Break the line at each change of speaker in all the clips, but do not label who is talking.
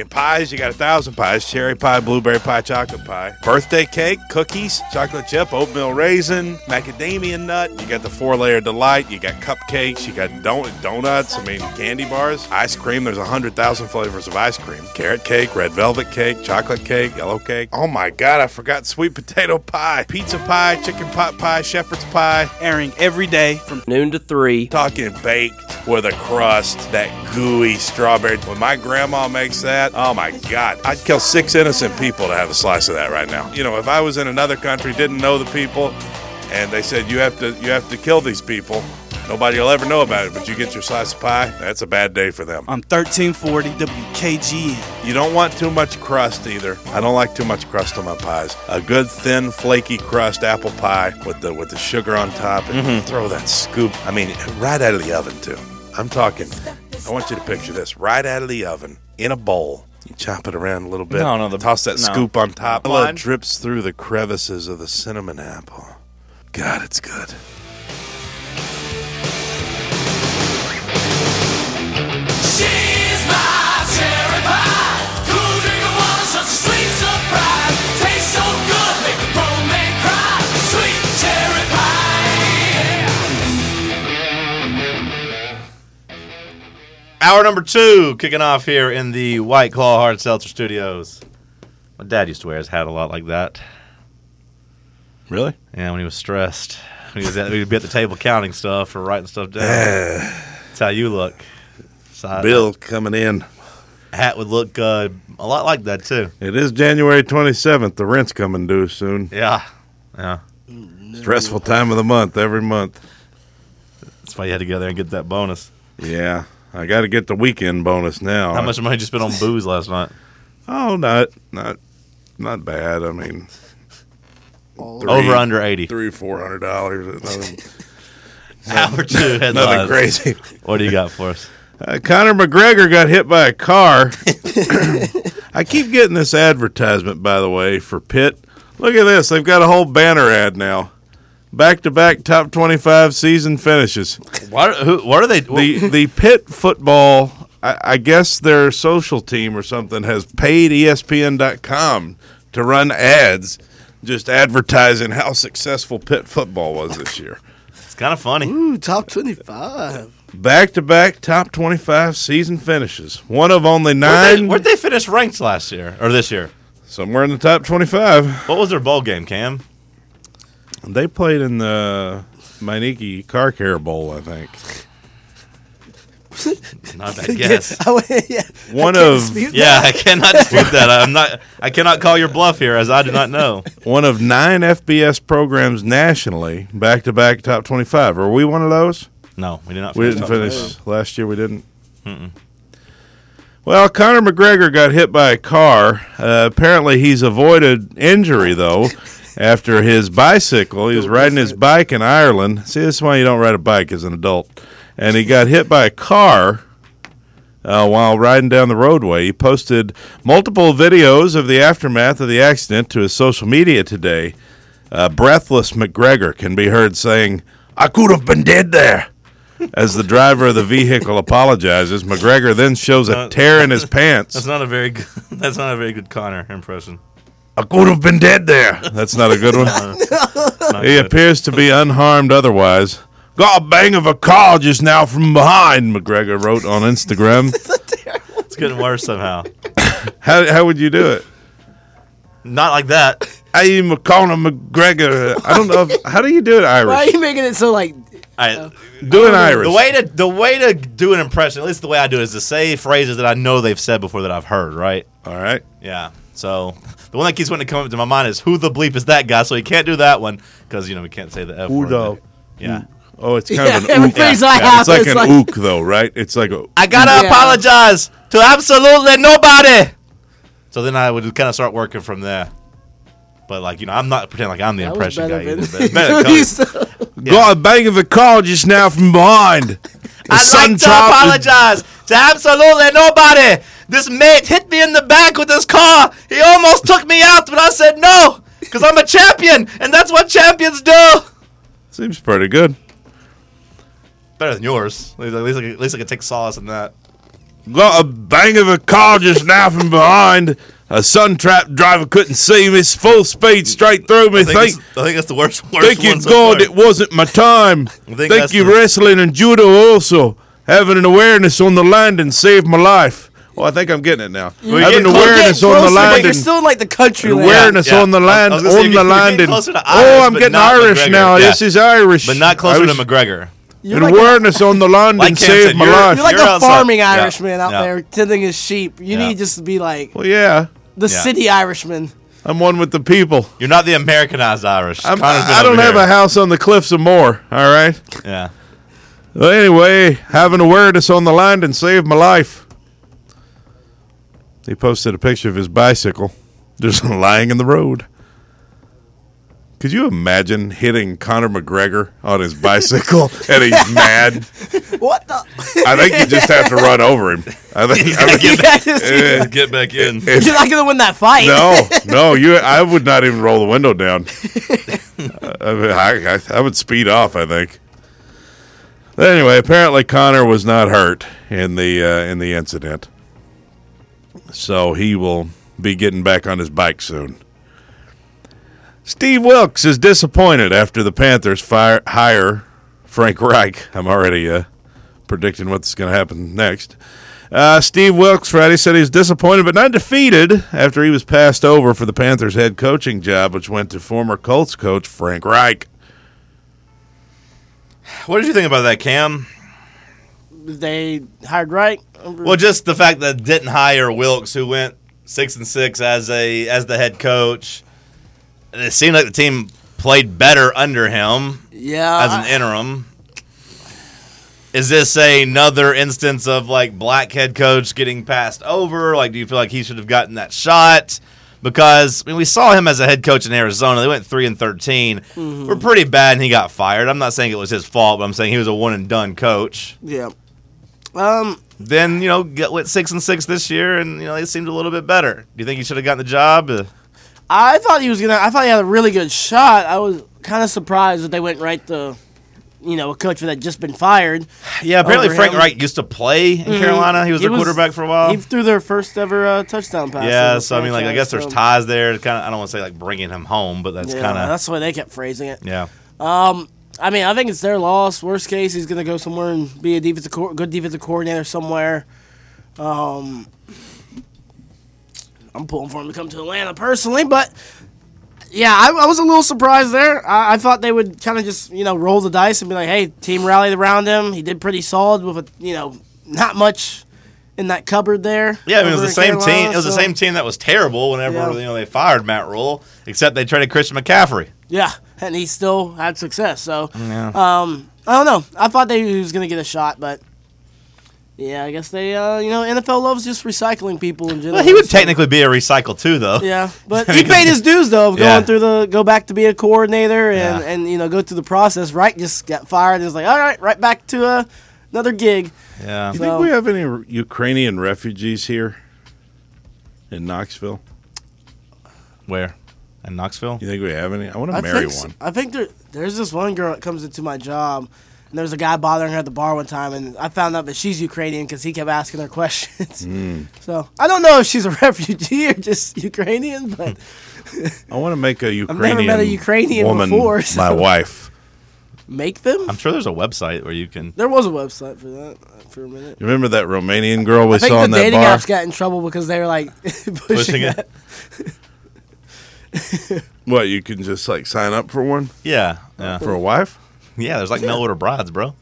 And pies, you got a thousand pies cherry pie, blueberry pie, chocolate pie, birthday cake, cookies, chocolate chip, oatmeal raisin, macadamia nut. You got the four layer delight. You got cupcakes. You got don- donuts. I mean, candy bars, ice cream. There's a hundred thousand flavors of ice cream carrot cake, red velvet cake, chocolate cake, yellow cake. Oh my God, I forgot sweet potato pie, pizza pie, chicken pot pie, shepherd's pie.
Airing every day from
Noon to three.
Talking baked with a crust, that gooey strawberry. When my grandma makes that, oh my God, I'd kill six innocent people to have a slice of that right now. You know, if I was in another country, didn't know the people, and they said you have to you have to kill these people, nobody will ever know about it. But you get your slice of pie, that's a bad day for them.
on 1340 WKGN.
You don't want too much crust either. I don't like too much crust on my pies. A good thin flaky crust apple pie with the with the sugar on top and
Mm-hmm.
throw that scoop. I mean right out of the oven too. I'm talking I want you to picture this right out of the oven in a bowl. You chop it around a little bit.
No, no, the-
toss that
no.
scoop on top.
Line.
Blood drips through the crevices of the cinnamon apple. God, it's good.
She's my cherry pie. Cool drink of water, such a sweet surprise. Tastes so good, make a grown man cry. Sweet cherry pie.
Hour number two kicking off here in the White Claw Hard Seltzer Studios. My dad used to wear his hat a lot like that.
Really?
Yeah, when he was stressed, he was at, he'd be at the table counting stuff or writing stuff down. That's how you look. So
Bill coming in.
hat would look uh, a lot like that too.
It is January 27th. The rent's coming due soon.
Yeah, yeah.
Stressful time of the month every month.
That's why you had to go there and get that bonus.
Yeah, I got to get the weekend bonus now.
How much money did you spend on booze last night?
Oh, not not not bad. I mean, three-
Over under eighty.
three four hundred dollars. Nothing,
Hour two headlines.
nothing crazy.
What do you got for us?
Uh, Conor McGregor got hit by a car. I keep getting this advertisement, by the way, for Pitt. Look at this. They've got a whole banner ad now. Back to back top 25 season finishes.
What? Who? What are they?
the the Pitt football, I, I guess their social team or something has paid E ESPN.com to run ads, just advertising how successful Pitt football was this year.
it's kind of funny.
Ooh, top 25.
Back to back top twenty five season finishes. One of only
Where'd they,
nine
where'd they finish ranked last year or this year?
somewhere in the top twenty five.
What was their bowl game, Cam?
They played in the Meineke Car Care Bowl, I think.
Not that guess.
Oh, yeah.
One
Can't
of
dispute that.
Yeah, I cannot dispute that. I'm not. I cannot call your bluff here, as I do not know.
one of nine FBS programs nationally, back to back top twenty five. Are we one of those?
No, we did not.
We
Finish
didn't finish last year. We didn't. Well, Conor McGregor got hit by a car. Uh, apparently, he's avoided injury though. After his bicycle, he was riding his bike in Ireland. See, this is why you don't ride a bike as an adult. And he got hit by a car uh, while riding down the roadway. He posted multiple videos of the aftermath of the accident to his social media today. Uh, breathless McGregor can be heard saying, "I could have been dead there." As the driver of the vehicle apologizes, McGregor then shows a tear in his
That's
pants.
not a very good. That's not a very good Connor impression.
I could have been dead there. That's not a good one.
Not
He
good.
appears to be unharmed otherwise. Got a bang of a car just now from behind, McGregor wrote on Instagram.
It's getting worse somehow.
How, how would you do it?
Not like that.
I'm Conor McGregor. I don't know. If, how do you do it
Why are
Irish?
you making it so like.
I,
Do it Irish.
the way to the way to do an impression, at least the way I do, it, is to say phrases that I know they've said before that I've heard. Right?
All right.
Yeah. So the one that keeps wanting to come up to my mind is who the bleep is that guy? So he can't do that one because you know we can't say the F
Who
word.
the-
Yeah.
Oh, it's kind
Yeah,
of an
every
ook.
phrase
Yeah,
I
It's
have
like
is
an
like.
ook, though, right? It's like a.
I gotta
Yeah.
apologize to absolutely nobody. So then I would kind of start working from there. But like you know, I'm not pretending like I'm the
That was
impression guy
better
either.
than-
but it's better coming-
Got a bang of a car just now from behind. The
I'd
sun
like to
dropped-
apologize to absolutely nobody. This mate hit me in the back with his car. He almost took me out, but I said no because I'm a champion, and that's what champions do.
Seems pretty good.
Better than yours. At least, at least I can- at least I can take solace in that.
Got a bang of a car just now from behind. A sun trap driver couldn't see me. It's full speed straight through me.
I think,
Thank,
that's, I think that's the worst. worst
thank you,
one so
God,
far.
it wasn't my time.
think
Thank
that's
you,
the-
wrestling and judo also. Having an awareness on the landing saved my life. Well, I think I'm getting it
Mm.
now. Having
getting close.
awareness on the
But
landing.
you're still in like the country. land.
Awareness
Yeah, yeah.
on the
I was-
land,
I was gonna say,
on
you're
the
getting- you're getting
landing.
closer to
oh,
Irish,
I'm
but
getting
not
Irish
McGregor.
now.
Yeah.
This is Irish.
but not closer
Irish.
to McGregor.
You're
And
like, a,
awareness on the landing
Like Cam
saved
said,
my
you're-
life.
you're like
You're
a
outside.
farming
Yeah.
Irishman out
Yeah.
there tending his sheep. You
Yeah.
need just to be like
well, yeah,
the
Yeah.
city Irishman.
I'm one with the people.
You're not the Americanized Irish.
I'm,
Connor's been
I I don't
over
have
here.
a house on the cliffs of Moore. All right.
Yeah.
Well, anyway, having awareness on the land and saved my life. He posted a picture of his bicycle just lying in the road. Could you imagine hitting Conor McGregor on his bicycle and he's mad?
What the?
I think you just have to run over him. I think. I think
Yeah, just-
eh,
Get back in.
if-
you're not gonna win that fight.
no, no, you. I would not even roll the window down. I, mean, I, I, I would speed off. I think. Anyway, apparently Connor was not hurt in the uh, in the incident, so he will be getting back on his bike soon. Steve Wilkes is disappointed after the Panthers fire, hire Frank Reich. I'm already uh, predicting what's going to happen next. Uh, Steve Wilkes Friday said he was disappointed but not defeated after he was passed over for the Panthers head coaching job, which went to former Colts coach Frank Reich.
What did you think about that, Cam?
They hired right.
Well, just the fact that it didn't hire Wilkes, who went six and six as a as the head coach. It seemed like the team played better under him
yeah.
as an
I-
interim. Is this another instance of like black head coach getting passed over? Like, do you feel like he should have gotten that shot? Because I mean, we saw him as a head coach in Arizona. They went three and 13
Mm-hmm.
we We're pretty bad, and he got fired. I'm not saying it was his fault, but I'm saying he was a one and done coach.
yeah. Um.
Then you know, get, went six and six this year, and you know they seemed a little bit better. Do you think he should have gotten the job? Uh,
I thought he was gonna. I thought he had a really good shot. I was kind of surprised that they went right to, you know, a coach that had just been fired.
yeah, apparently
Over
Frank
him.
Reich used to play in Carolina. He was
He
their
was-
quarterback for a while.
He threw their first ever uh, touchdown pass.
Yeah,
as a
so I mean, like, I guess
franchise,
there's
so-
ties there. Kind of, I don't want to say like bringing him home, but that's
Yeah,
kind of
that's the way they kept phrasing it.
yeah.
I mean, I think it's their loss. Worst case, he's gonna go somewhere and be a defensive co- good defensive coordinator somewhere. Um, I'm pulling for him to come to Atlanta personally, but yeah, I, I was a little surprised there. I, I thought they would kind of just you know roll the dice and be like, hey, team rallied around him. He did pretty solid with a you know not much in that cupboard there.
Yeah, I mean,
over
it was the
in
same team.
Carolina,
It was the
so-
same team that was terrible whenever
Yeah.
you know they fired Matt Rule, except they traded Christian McCaffrey.
Yeah, and he still had success. So, um, I don't know. I thought they he was gonna get a shot, but yeah, I guess they, uh, you know, NFL loves just recycling people in general.
Well, he would
so-
technically be a recycle too, though.
Yeah, but
I
he
mean, 'cause-
paid his dues though of going
Yeah.
through the go back to be a coordinator and
Yeah.
and you know go through the process. Right, just got fired. and was like, all right, right back to uh, another gig.
yeah.
Do you think we have any r- Ukrainian refugees here in Knoxville?
Where? In Knoxville?
You think we have any? I want to
I
marry
think s-
one.
I think there, there's this one girl that comes into my job, and there was a guy bothering her at the bar one time, and I found out that she's Ukrainian because he kept asking her questions.
Hmm.
So I don't know if she's a refugee or just Ukrainian,
Hmm.
but
I want to make a
never
Ukrainian.
met a Ukrainian
woman
before, so-
My wife.
make them.
I'm sure there's a website where you can.
there was a website for that uh, for a minute.
You remember that Romanian girl we
I think
saw
the
in that
dating
bar?
apps got in trouble because they were like pushing,
Pushing it.
that.
What you can just like sign up for one
Yeah, yeah,
for a wife?
yeah. There's like mail order brides, bro.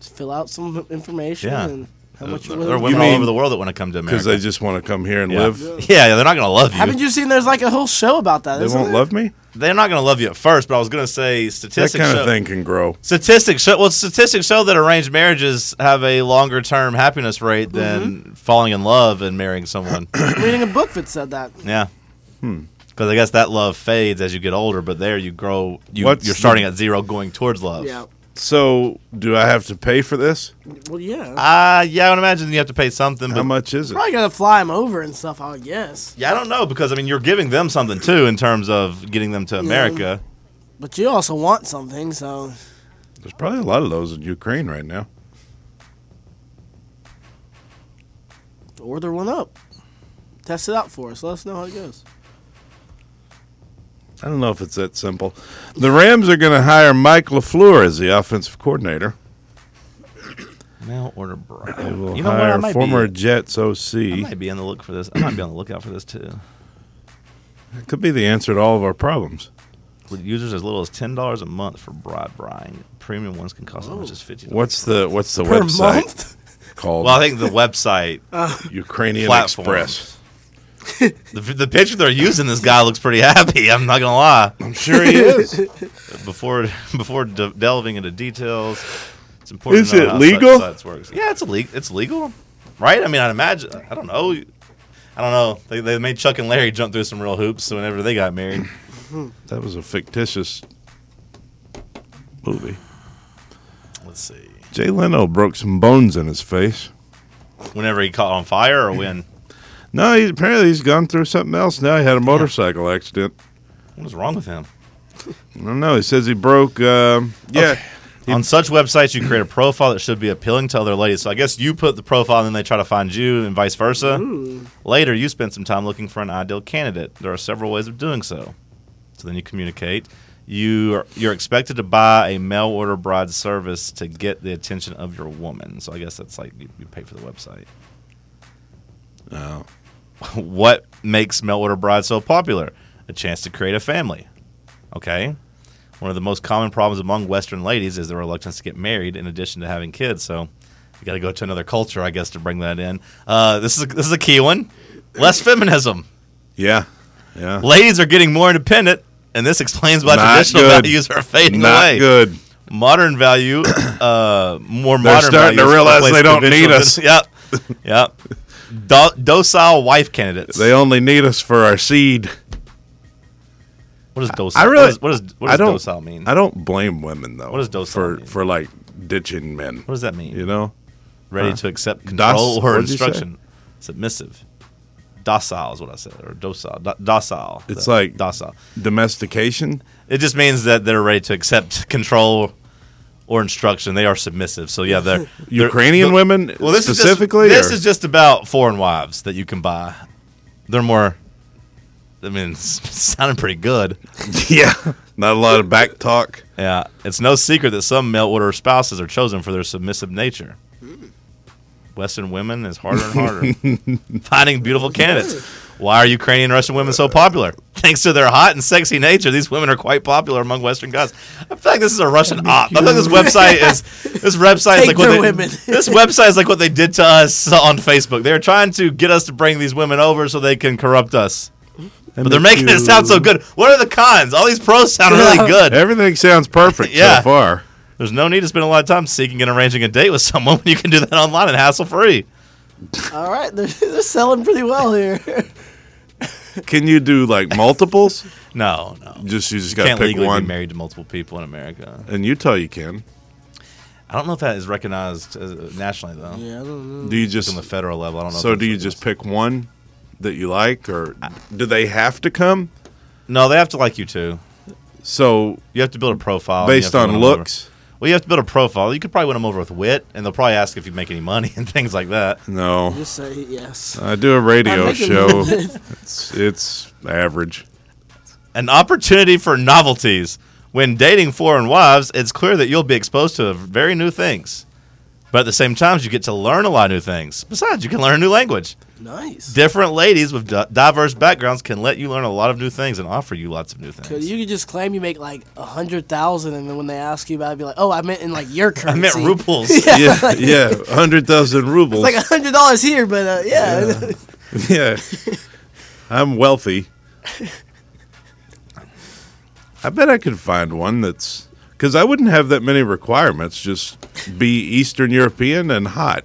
Just fill out some information
Yeah.
and how much
There
you
there are
willing-
women
mean-
all over the world that want to come to America
Because they just want to come here and
yeah.
live.
Yeah, yeah, they're not gonna love you.
Haven't you seen? There's like a whole show about that.
They
isn't
won't
there?
love me.
They're not gonna love you at first, but I was gonna say
That
statistics.
kind
show-
of thing can grow.
Statistics show well. Statistics show that arranged marriages have a longer term happiness
Mm-hmm.
rate than falling in love and marrying someone.
Reading a book that said that.
yeah,
Hmm.
because I guess that love fades as you get older, but there you grow. You,
What's
you're starting
the-
at zero, going towards love.
Yeah.
So, do I have to pay for this?
Well, yeah.
Uh, yeah, I would imagine you have to pay something,
How
but
much is it?
Probably gonna fly him over and stuff. I would guess.
yeah, I don't know because I mean you're giving them something too in terms of getting them to America.
But you also want something, so
There's probably a lot of those in Ukraine right now.
order one up. Test it out for us. Let us know how it goes.
I don't know if it's that simple. The Rams are going to hire Mike LaFleur as the offensive coordinator.
Mail order Brown.
They will
You know what? I
hire
might
former
be.
Jets OC.
I might be on the look for this. I might be on the lookout for this too.
It could be the answer to all of our problems.
With users as little as ten dollars a month for broad brine. Premium ones can cost as much as fifty.
What's the What's the
Per
website
month?
called?
Well, I think the website
Ukrainian
platform.
Express.
The, the picture they're using, this guy looks pretty happy. I'm not gonna lie.
I'm sure he is.
Before before de- delving into details, it's important.
Is
to know
it
how
legal?
Such sites works. Yeah, it's legal. It's legal, right? I mean, I'd imagine. I don't know. I don't know. They, they made Chuck and Larry jump through some real hoops whenever they got married.
that was a fictitious movie.
Let's see.
Jay Leno broke some bones in his face.
Whenever he caught on fire or when.
No, he's, apparently he's gone through something else. Now he had a motorcycle accident.
What is wrong with him?
I don't know. He says he broke. Um, yeah,
On such websites, you create a profile that should be appealing to other ladies. So I guess you put the profile, and then they try to find you, and vice versa. Later, you spend some time looking for an ideal candidate. There are several ways of doing so. So then you communicate. You are, you're expected to buy a mail order bride service to get the attention of your woman. So I guess that's like you, you pay for the website. what makes mail order bride so popular? A chance to create a family. Okay. One of the most common problems among Western ladies is their reluctance to get married, in addition to having kids. So you got to go to another culture, I guess, to bring that in. Uh, this is this is a key one. Less feminism.
yeah, yeah.
Ladies are getting more independent, and this explains why
Not
traditional
good.
values are fading
Not
away.
good.
Modern value, uh, more
They're
modern.
starting to
values
realize they
replace
don't
conventional-
need us.
Yep, yep. Do- docile wife candidates.
They only need us for our seed.
What does docile?
I
what
really.
does, what does, what does
I don't,
docile mean?
I don't blame women though.
What does docile
for
mean?
for like ditching men?
what does that mean?
You know,
Ready
huh?
to accept
Doc-
control or
what'd you say?
instruction. Submissive. Docile is what I said, or docile. Do- docile.
It's
The-
like-
docile.
domestication.
It just means that they're ready to accept control or instruction. They are submissive. So yeah, they're they're-
Ukrainian
the-
women
Well, this
specifically.
Is just, this
or-
is just about foreign wives that you can buy. They're more. I mean, it's sounding pretty good.
yeah, not a lot of back talk.
Yeah, it's no secret that some mail order spouses are chosen for their submissive nature. Western women is harder and harder finding beautiful candidates. Why are Ukrainian and Russian women so popular? Thanks to their hot and sexy nature, these women are quite popular among Western guys. I feel like this is a Russian op. I feel like this website is this website
Take
is like what
their
they,
women.
this website is like what they did to us on Facebook. They're trying to get us to bring these women over so they can corrupt us. But they're making it sound so good. What are the cons? All these pros sound really good.
Everything sounds perfect
Yeah.
so far.
There's no need to spend a lot of time seeking and arranging a date with someone when you can do that online and hassle free.
All right, they're, they're selling pretty well here.
Can you do like multiples?
No, no.
just you just got to
Can't
pick
legally
one.
be married to multiple people in America.
In Utah, you can.
I don't know if that is recognized as, nationally though. Yeah.
I don't know.
Do you just
On the federal level, I don't know.
so?
if
Do you
it's-
just pick one that you like, or do they have to come?
No, they have to like you too.
So
Oh, You have to build a profile and you have
based
to win
on
them over.
looks,
Well, you have to build a profile. You could probably win them over with wit, and they'll probably ask if you make any money and things like that.
no.
Just say
Uh,
yes.
I do a radio
I'm making-
show. it's, it's average.
an opportunity for novelties. When dating foreign wives, it's clear that you'll be exposed to very new things. But at the same time, you get to learn a lot of new things. Besides, you can learn a new language.
Nice.
Different ladies with di- diverse backgrounds can let you learn a lot of new things and offer you lots of new
So
things.
you could just claim you make like a hundred thousand, and then when they ask you about it, be like, "Oh, I meant in like your
I meant
currency."
ruples.
Yeah, yeah, hundred thousand rubles.
It's like a hundred dollars here, but uh, yeah,
yeah, I'm wealthy. I bet I could find one that's because I wouldn't have that many requirements. Just be Eastern European and hot.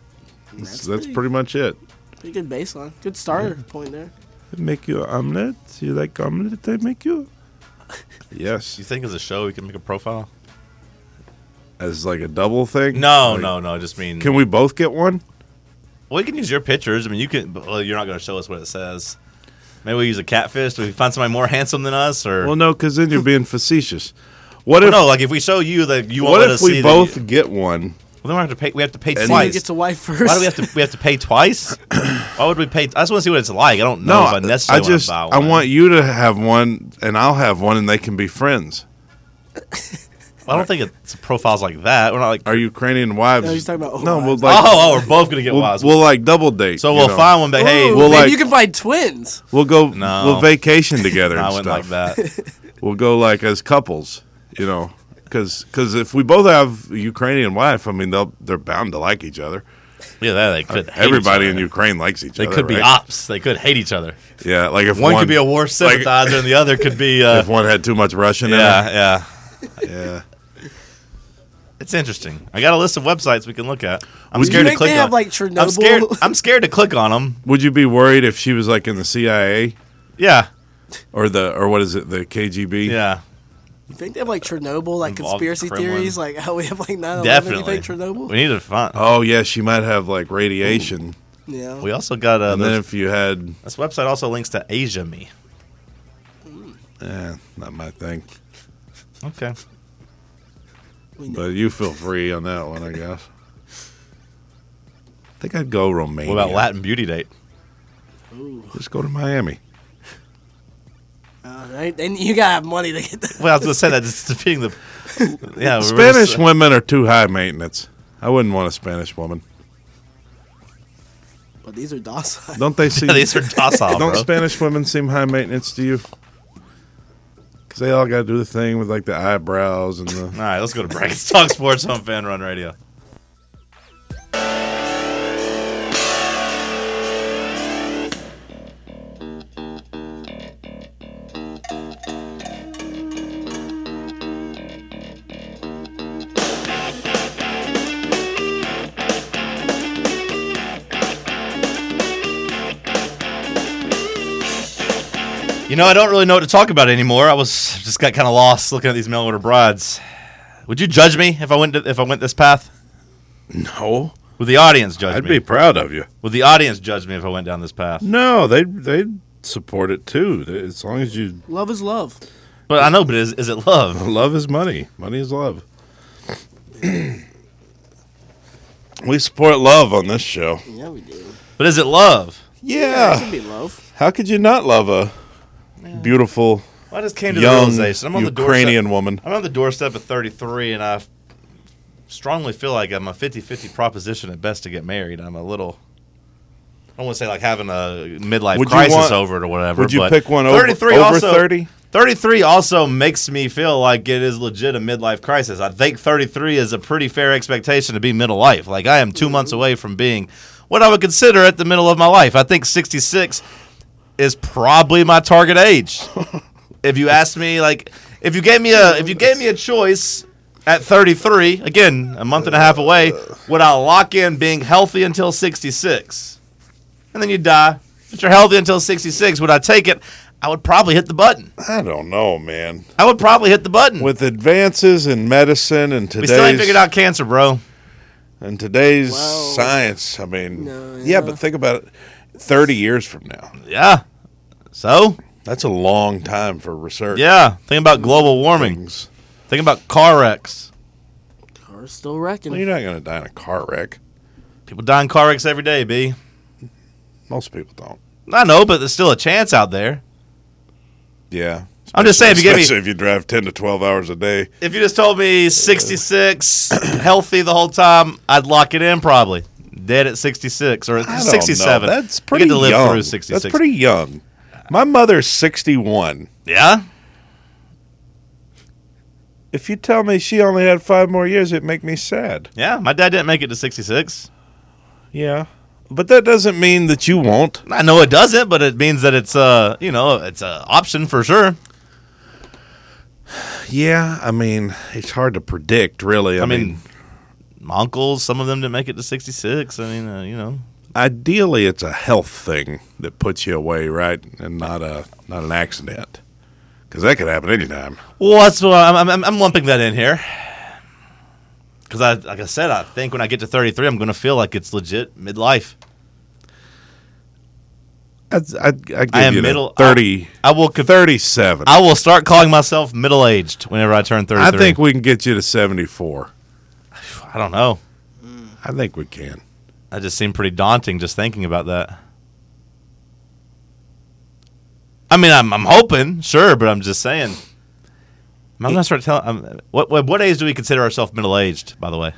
That's, that's pretty much it.
pretty good baseline, good starter point there.
They make you an omelet. You like omelet? They make you. Yes,
You think as a show we can make a profile?
as like a double thing.
No,
Like,
no, no. I just mean
Can we both get one?
Well, we can use your pictures. I mean, you can. but, Well, you're not going to show us what it says. Maybe we use a catfish. Do we find somebody more handsome than us? Or
Well, no, because then you're being facetious. What
Well,
if?
no, like if we show you that you won't
what
let
if
us
we
see that you-
both get one
Well, then we have to pay. We have to pay
And-
See who
twice.
gets a wife first.
Why do we have to? We have to pay twice. Why would we pay? I just want to see what it's like. I don't know if I
I
necessarily
just
want
I want you to have one, and I'll have one, and they can be friends.
I don't think it's profiles like that. We're not like.
Our Ukrainian wives.
No, he's talking about
no. We'll
wives.
like
oh, oh, we're both gonna get
we'll,
wise.
we'll, like double date.
so
you
we'll
know.
find one. But hey,
Ooh,
We'll,
maybe
like-
you can find twins.
We'll go.
No.
We'll vacation together.
no,
and
I wouldn't
stuff.
like that.
We'll go like as couples. You know, because if we both have a Ukrainian wife, I mean they'll they're bound to like each other.
Yeah, that they could. hate
Everybody
each
in
other.
Ukraine likes each
They
other.
could be
right?
ops. They could hate each other.
Yeah, like if
One,
one,
could be a war sympathizer, and the other could be. Uh,
if one had too much Russian.
yeah, yeah.
in it. yeah.
It's interesting. I got a list of websites we can look at. I'm
Would you
scared to
think
click
they
on.
have, like,
I'm
Chernobyl?
scared. I'm scared to click on them.
Would you be worried if she was like in the CIA
Yeah,
or the or what is it the KGB?
yeah.
You think they have like Chernobyl, like
Involved
conspiracy
Kremlin.
theories, like how we have like 9 11? You
Definitely.
think Chernobyl?
We need to find.
Oh yeah, she might have like radiation.
yeah.
We also got uh,
And then
this,
if you had,
this website also links to Asia Me.
eh, not my thing.
Okay.
But you feel free on that one, I guess. I think I'd go Romania.
What about Latin Beauty Date?
Just go to Miami.
All right. Then you gotta have money to get that.
Well, I was going to say that it's defeating the. Yeah, we were
Spanish
just-
women are too high maintenance. I wouldn't want a Spanish woman.
But these are docile.
Don't they seem?
Yeah, these are docile,
don't
bro.
Spanish women seem high maintenance to you? Because they all got to do the thing with like the eyebrows and the.
All right, let's go to break. Let's talk sports on Fan Run Radio. You know, I don't really know what to talk about anymore. I was just got kind of lost looking at these mail order brides. Would you judge me if I went to, if I went this path?
No,
Would the audience judge
I'd
me?
be proud of you.
Would the audience judge me if I went down this path?
No, they they support it too. They- As long as you
Love is love.
But I know, but is, is it love?
love is money, money is love. we support love on this show.
Yeah, we do.
But is it love?
Yeah, it
Yeah,
can be love.
how could you not love a beautiful
Well, I just came to the
young
realization. I'm on the
Ukrainian
doorstep.
woman?
I'm on the doorstep of 33, and I f- strongly feel like I'm a 50-50 proposition at best to get married. I'm a little. I don't want to say like having a midlife
Would you
crisis
want-
over it or whatever.
Would you
but
pick one over- over 30?
33 also makes me feel like it is legit a midlife crisis. I think 33 is a pretty fair expectation to be middle life. Like I am 2 months away from being what I would consider at the middle of my life. I think 66 is probably my target age. if you asked me, like, if you gave me a if you gave me a choice at 33, again, a month and a half away, would I lock in being healthy until 66? And then you die. But you're healthy until 66. Would I take it? I would probably hit the button.
I don't know, man.
I would probably hit the button.
With advances in medicine and
we still ain't
today's
figured out cancer, bro.
and today's
Wow.
science, I mean,
No,
yeah,
yeah.
but think about it. Thirty years from now,
Yeah. So,
that's a long time for research.
yeah. Think about global warming.
things.
Think about car wrecks.
Car's still wrecking.
Well, you're not going to die in a car wreck.
People die in car wrecks every day, B.
Most people don't.
I know, but there's still a chance out there.
Yeah.
I'm just saying, if you give me-
Especially if you drive 10 to 12 hours a day.
If you just told me 66, healthy the whole time, I'd lock it in probably. Dead at 66 or
I don't know.
67.
That's pretty
You get to live
young.
through 66.
That's pretty young. My mother's 61.
yeah?
If you tell me she only had five more years, it'd make me sad.
Yeah. My dad didn't make it to 66.
Yeah. But that doesn't mean that you won't.
I know it doesn't, but it means that it's uh you know it's an option for sure.
Yeah. I mean, it's hard to predict, really. I,
I
mean,
mean, my uncles, some of them didn't make it to 66. I mean, uh, you know,
ideally, it's a health thing that puts you away, right? And not a not an accident. Because that could happen anytime.
well, that's what I'm, I'm, I'm lumping that in here. Because I, like I said, I think when I get to 33, I'm going to feel like it's legit midlife.
I, I, I, give
I am
you the
middle I-
30.
I, will. con-
37.
I will start calling myself middle aged whenever I turn
I
33.
think we can get you to 74.
I don't know.
I think we can.
That just seemed pretty daunting just thinking about that. I mean, I'm, I'm hoping, sure, but I'm just saying. I'm gonna start telling. I'm, what, what what age do we consider ourselves middle aged? By the way,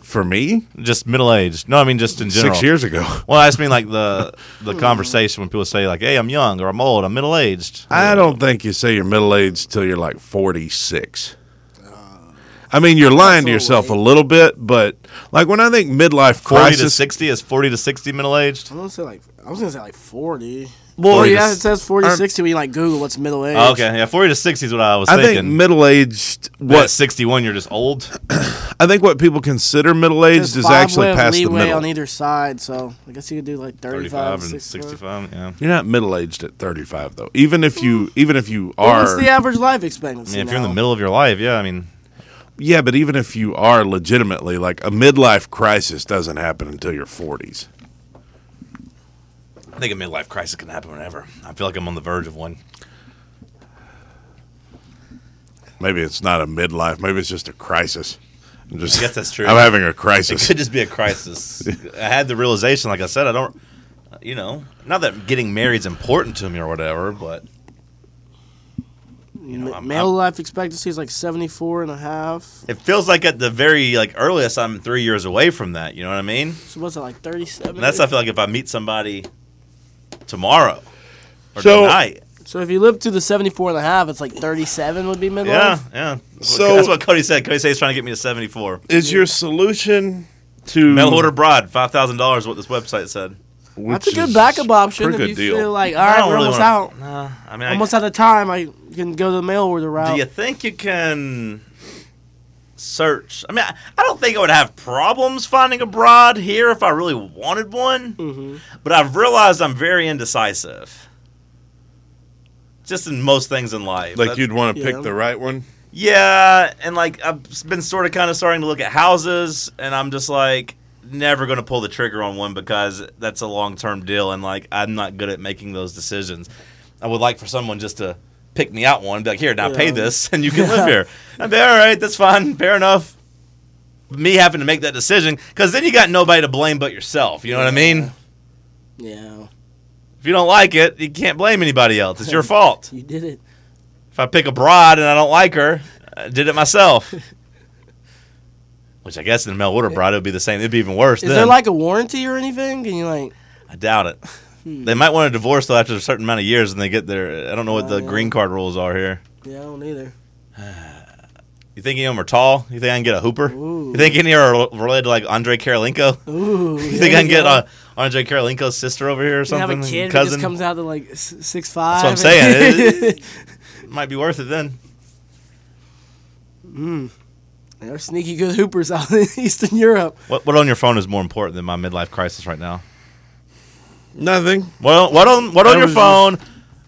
For me,
just middle aged. No, I mean just in general.
six years ago.
Well, I just mean like the the conversation when people say like, "Hey, I'm young" or "I'm old," "I'm middle aged."
I don't think you say you're middle aged till you're like 46. I mean, you're lying to yourself Uh, a little bit, but like when I think midlife
Forty to
crisis,
sixty is forty to sixty middle aged.
I'm gonna say like I was gonna say like forty.
Well,
Well,
you
yeah, it
just-
says 40, 60 when you like Google what's middle age.
Oh, okay, yeah, forty to sixty is what I was
I think
thinking.
middle aged
what
what
sixty one? You're just old.
I think what people consider middle aged
There's
is
five
actually
way of
past the
leeway on
middle.
either side, so I guess you could do like 35,
35 and 65. Yeah.
You're not middle aged at 35 though. Even if you even if you are
What's Mm. the average life
I
expectancy?
mean, if you're in the
now?
middle of your life, yeah, I mean,
yeah, but even if you are legitimately like a midlife crisis doesn't happen until your 40s.
I think a midlife crisis can happen whenever. I feel like I'm on the verge of one.
Maybe it's not a midlife. Maybe it's just a crisis. I'm just
I guess that's true.
I'm having a
It
crisis.
could just be a crisis. I had the realization, like I said, I don't, you know, not that getting married's important to me or whatever, but
M-
know, I'm-
male
I'm-
life expectancy is like 74 and a half.
it feels like at the very like earliest I'm three years away from that. You know what I mean?
So what's it like 37?
And that's I feel like if I meet somebody tomorrow or
So-
tonight.
So if you live to the 74 and a half, it's like 37 would be midlife.
Yeah, yeah. That's what-
So-
that's what Cody said. Cody said he's trying to get me to 74.
Is your solution to
Mail order broad, $5,000 is what this website said.
That's a good backup option if you feel like, all
I
right,
don't
we're
really
almost
wanna-
out.
Nah, I mean, I-
Almost out of time. I can go to the mail order route.
Do you think you can search? I mean, I, I don't think I would have problems finding a broad here if I really wanted one, but I've realized I'm very indecisive. Just in most things in life.
like
That-
you'd want to
Yeah.
pick the right one?
Yeah, and like I've been sort of kind of starting to look at houses, and I'm just like never going to pull the trigger on one because that's a long term deal, and like I'm not good at making those decisions. I would like for someone just to pick me out one, and be like, here, now pay
Yeah.
this, and you can live here. I'd be all right, that's fine, fair enough. Me having to make that decision because then you got nobody to blame but yourself. You know what I mean?
yeah,
If you don't like it, you can't blame anybody else. It's your fault
you did it.
if I pick a broad and I don't like her, I did it myself. Which I guess in the mail order broad it would be the same. It'd be even worse.
Is
then.
there like a warranty or anything? Can you like?
I doubt it.
Hmm.
They might want a divorce though after a certain amount of years, and they get their. I don't know what
Oh,
the
yeah.
green card rules are here.
Yeah, I don't either.
You think any of them are tall? You think I can get a Hooper?
Ooh.
You think any are l- related to like Andre Karolinko?
Ooh,
You think I can get uh, Andre Karolinko's sister over here or
You have
something?
a kid that
cousin?
just comes out to like s- six five.
That's what I'm saying. It- might be worth it then.
They're sneaky good hoopers out in Eastern Europe.
What what on your phone is more important than my midlife crisis right now?
Nothing.
What what on what on
I
your
was
phone?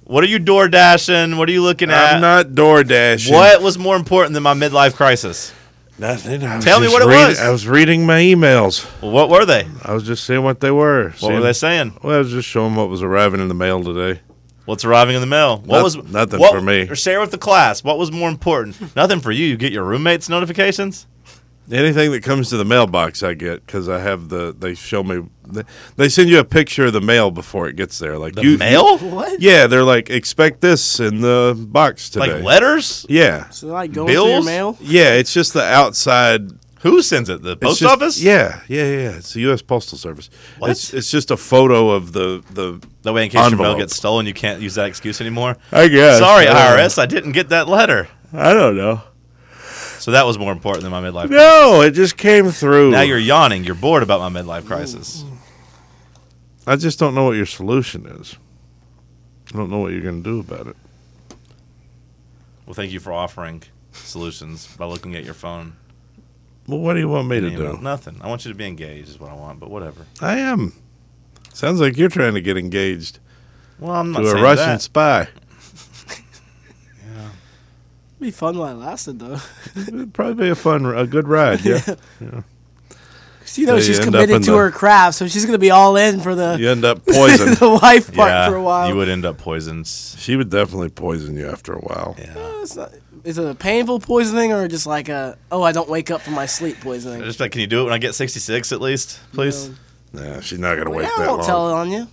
What are you door dashing? What are you looking at?
I'm not door dashing.
what was more important than my midlife crisis?
Nothing. I was
Tell me
just
what it
reading-
was.
I was reading my emails.
Well, what were they? What
I was just seeing what they were. What
were they saying?
Well, I was just showing what was arriving in the mail today.
What's arriving in the mail? What
Noth-
was
nothing
what-
for me.
Or share with the class. What was more important? nothing for you. You get your roommates' notifications.
Anything that comes to the mailbox, I get because I have the. They show me. They, they send you a picture of the mail before it gets there. Like
The
you,
mail,
What?
Yeah, they're like expect this in the box
like
today.
letters.
Yeah,
So like going through your
Bills?
mail.
yeah. It's just the outside
Who sends it? The
It's
post
just-
office.
Yeah, yeah, yeah. yeah. It's the U.S. Postal Service.
What?
It's, it's just a photo of the the.
That way, in case your mail
Envelope.
gets stolen, you can't use that excuse anymore.
I guess.
Sorry, IRS, I didn't get that letter.
I don't know.
So that was more important than my midlife. crisis.
No, it just came through.
Now you're yawning. You're bored about my midlife crisis.
I just don't know what your solution is. I don't know what you're going to do about it.
Well, thank you for offering solutions by looking at your phone.
Well, what do you want me to
You know,
do?
Nothing. I want you to be engaged is what I want, but whatever.
I am. Sounds like you're trying to get engaged
Well, I'm not
to a
saying
Russian
that.
spy.
It'd be fun while it lasted though.
It'd probably be a fun, a good ride. Yeah.
So you know
Yeah, you
she's
end up in
committed to
the-
her craft, so she's gonna be all in for the
you end up poisoned.
the wife part
Yeah,
for a while.
you would end up poisoned.
she would definitely poison you after a while.
Yeah.
It's not- is it a painful poisoning or just like a oh I don't wake up from my sleep poisoning?
Just like, can you do it when I get 66 at least, please?
No.
Nah, she's not gonna wait
yeah, I
that
won't
long.
tell it on you.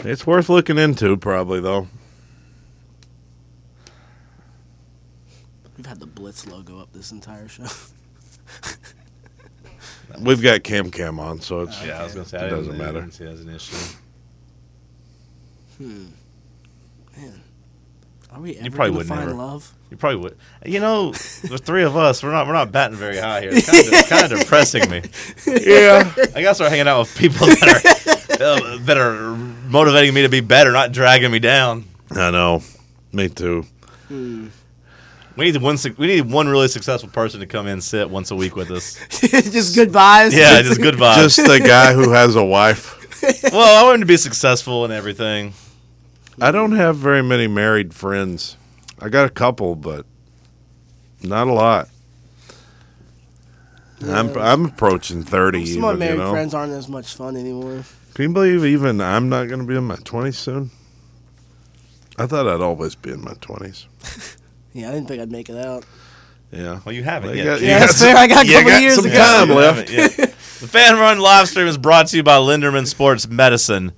It's worth looking into, probably though.
We've had the Blitz logo up this entire show.
We've got Cam Cam on, so it's
Yeah, I was gonna say
It
I didn't-
doesn't
I didn't
matter.
See, that as an issue.
Are we ever
probably
gonna
would
find
never.
love?
You probably would. You know, the three of us, we're not we're not batting very high here. It's kind of, it's kind of depressing me.
Yeah,
I gotta start hanging out with people that are uh, that are motivating me to be better, not dragging me down.
I know. Me too.
We need one. suc- We need one really successful person to come in and sit once a week with us.
just good vibes.
Yeah, just good
Just
vibes.
the guy who has a wife.
well, I want him to be successful and everything.
I don't have very many married friends. I got a couple, but not a lot. I'm I'm approaching thirty.
Some of my
even,
married
you know?
friends aren't as much fun anymore.
Can you believe even I'm not going to be in my 20s soon? I thought I'd always be in my 20s.
Yeah, I didn't think I'd make it out.
Yeah.
Well, you haven't
Well, you
yet.
got-
kid.
you
Yeah, that's fair. I got a
you
couple
got
years
some
ago.
time.
You
left.
haven't yet. the fan run live stream is brought to you by Linderman Sports Medicine.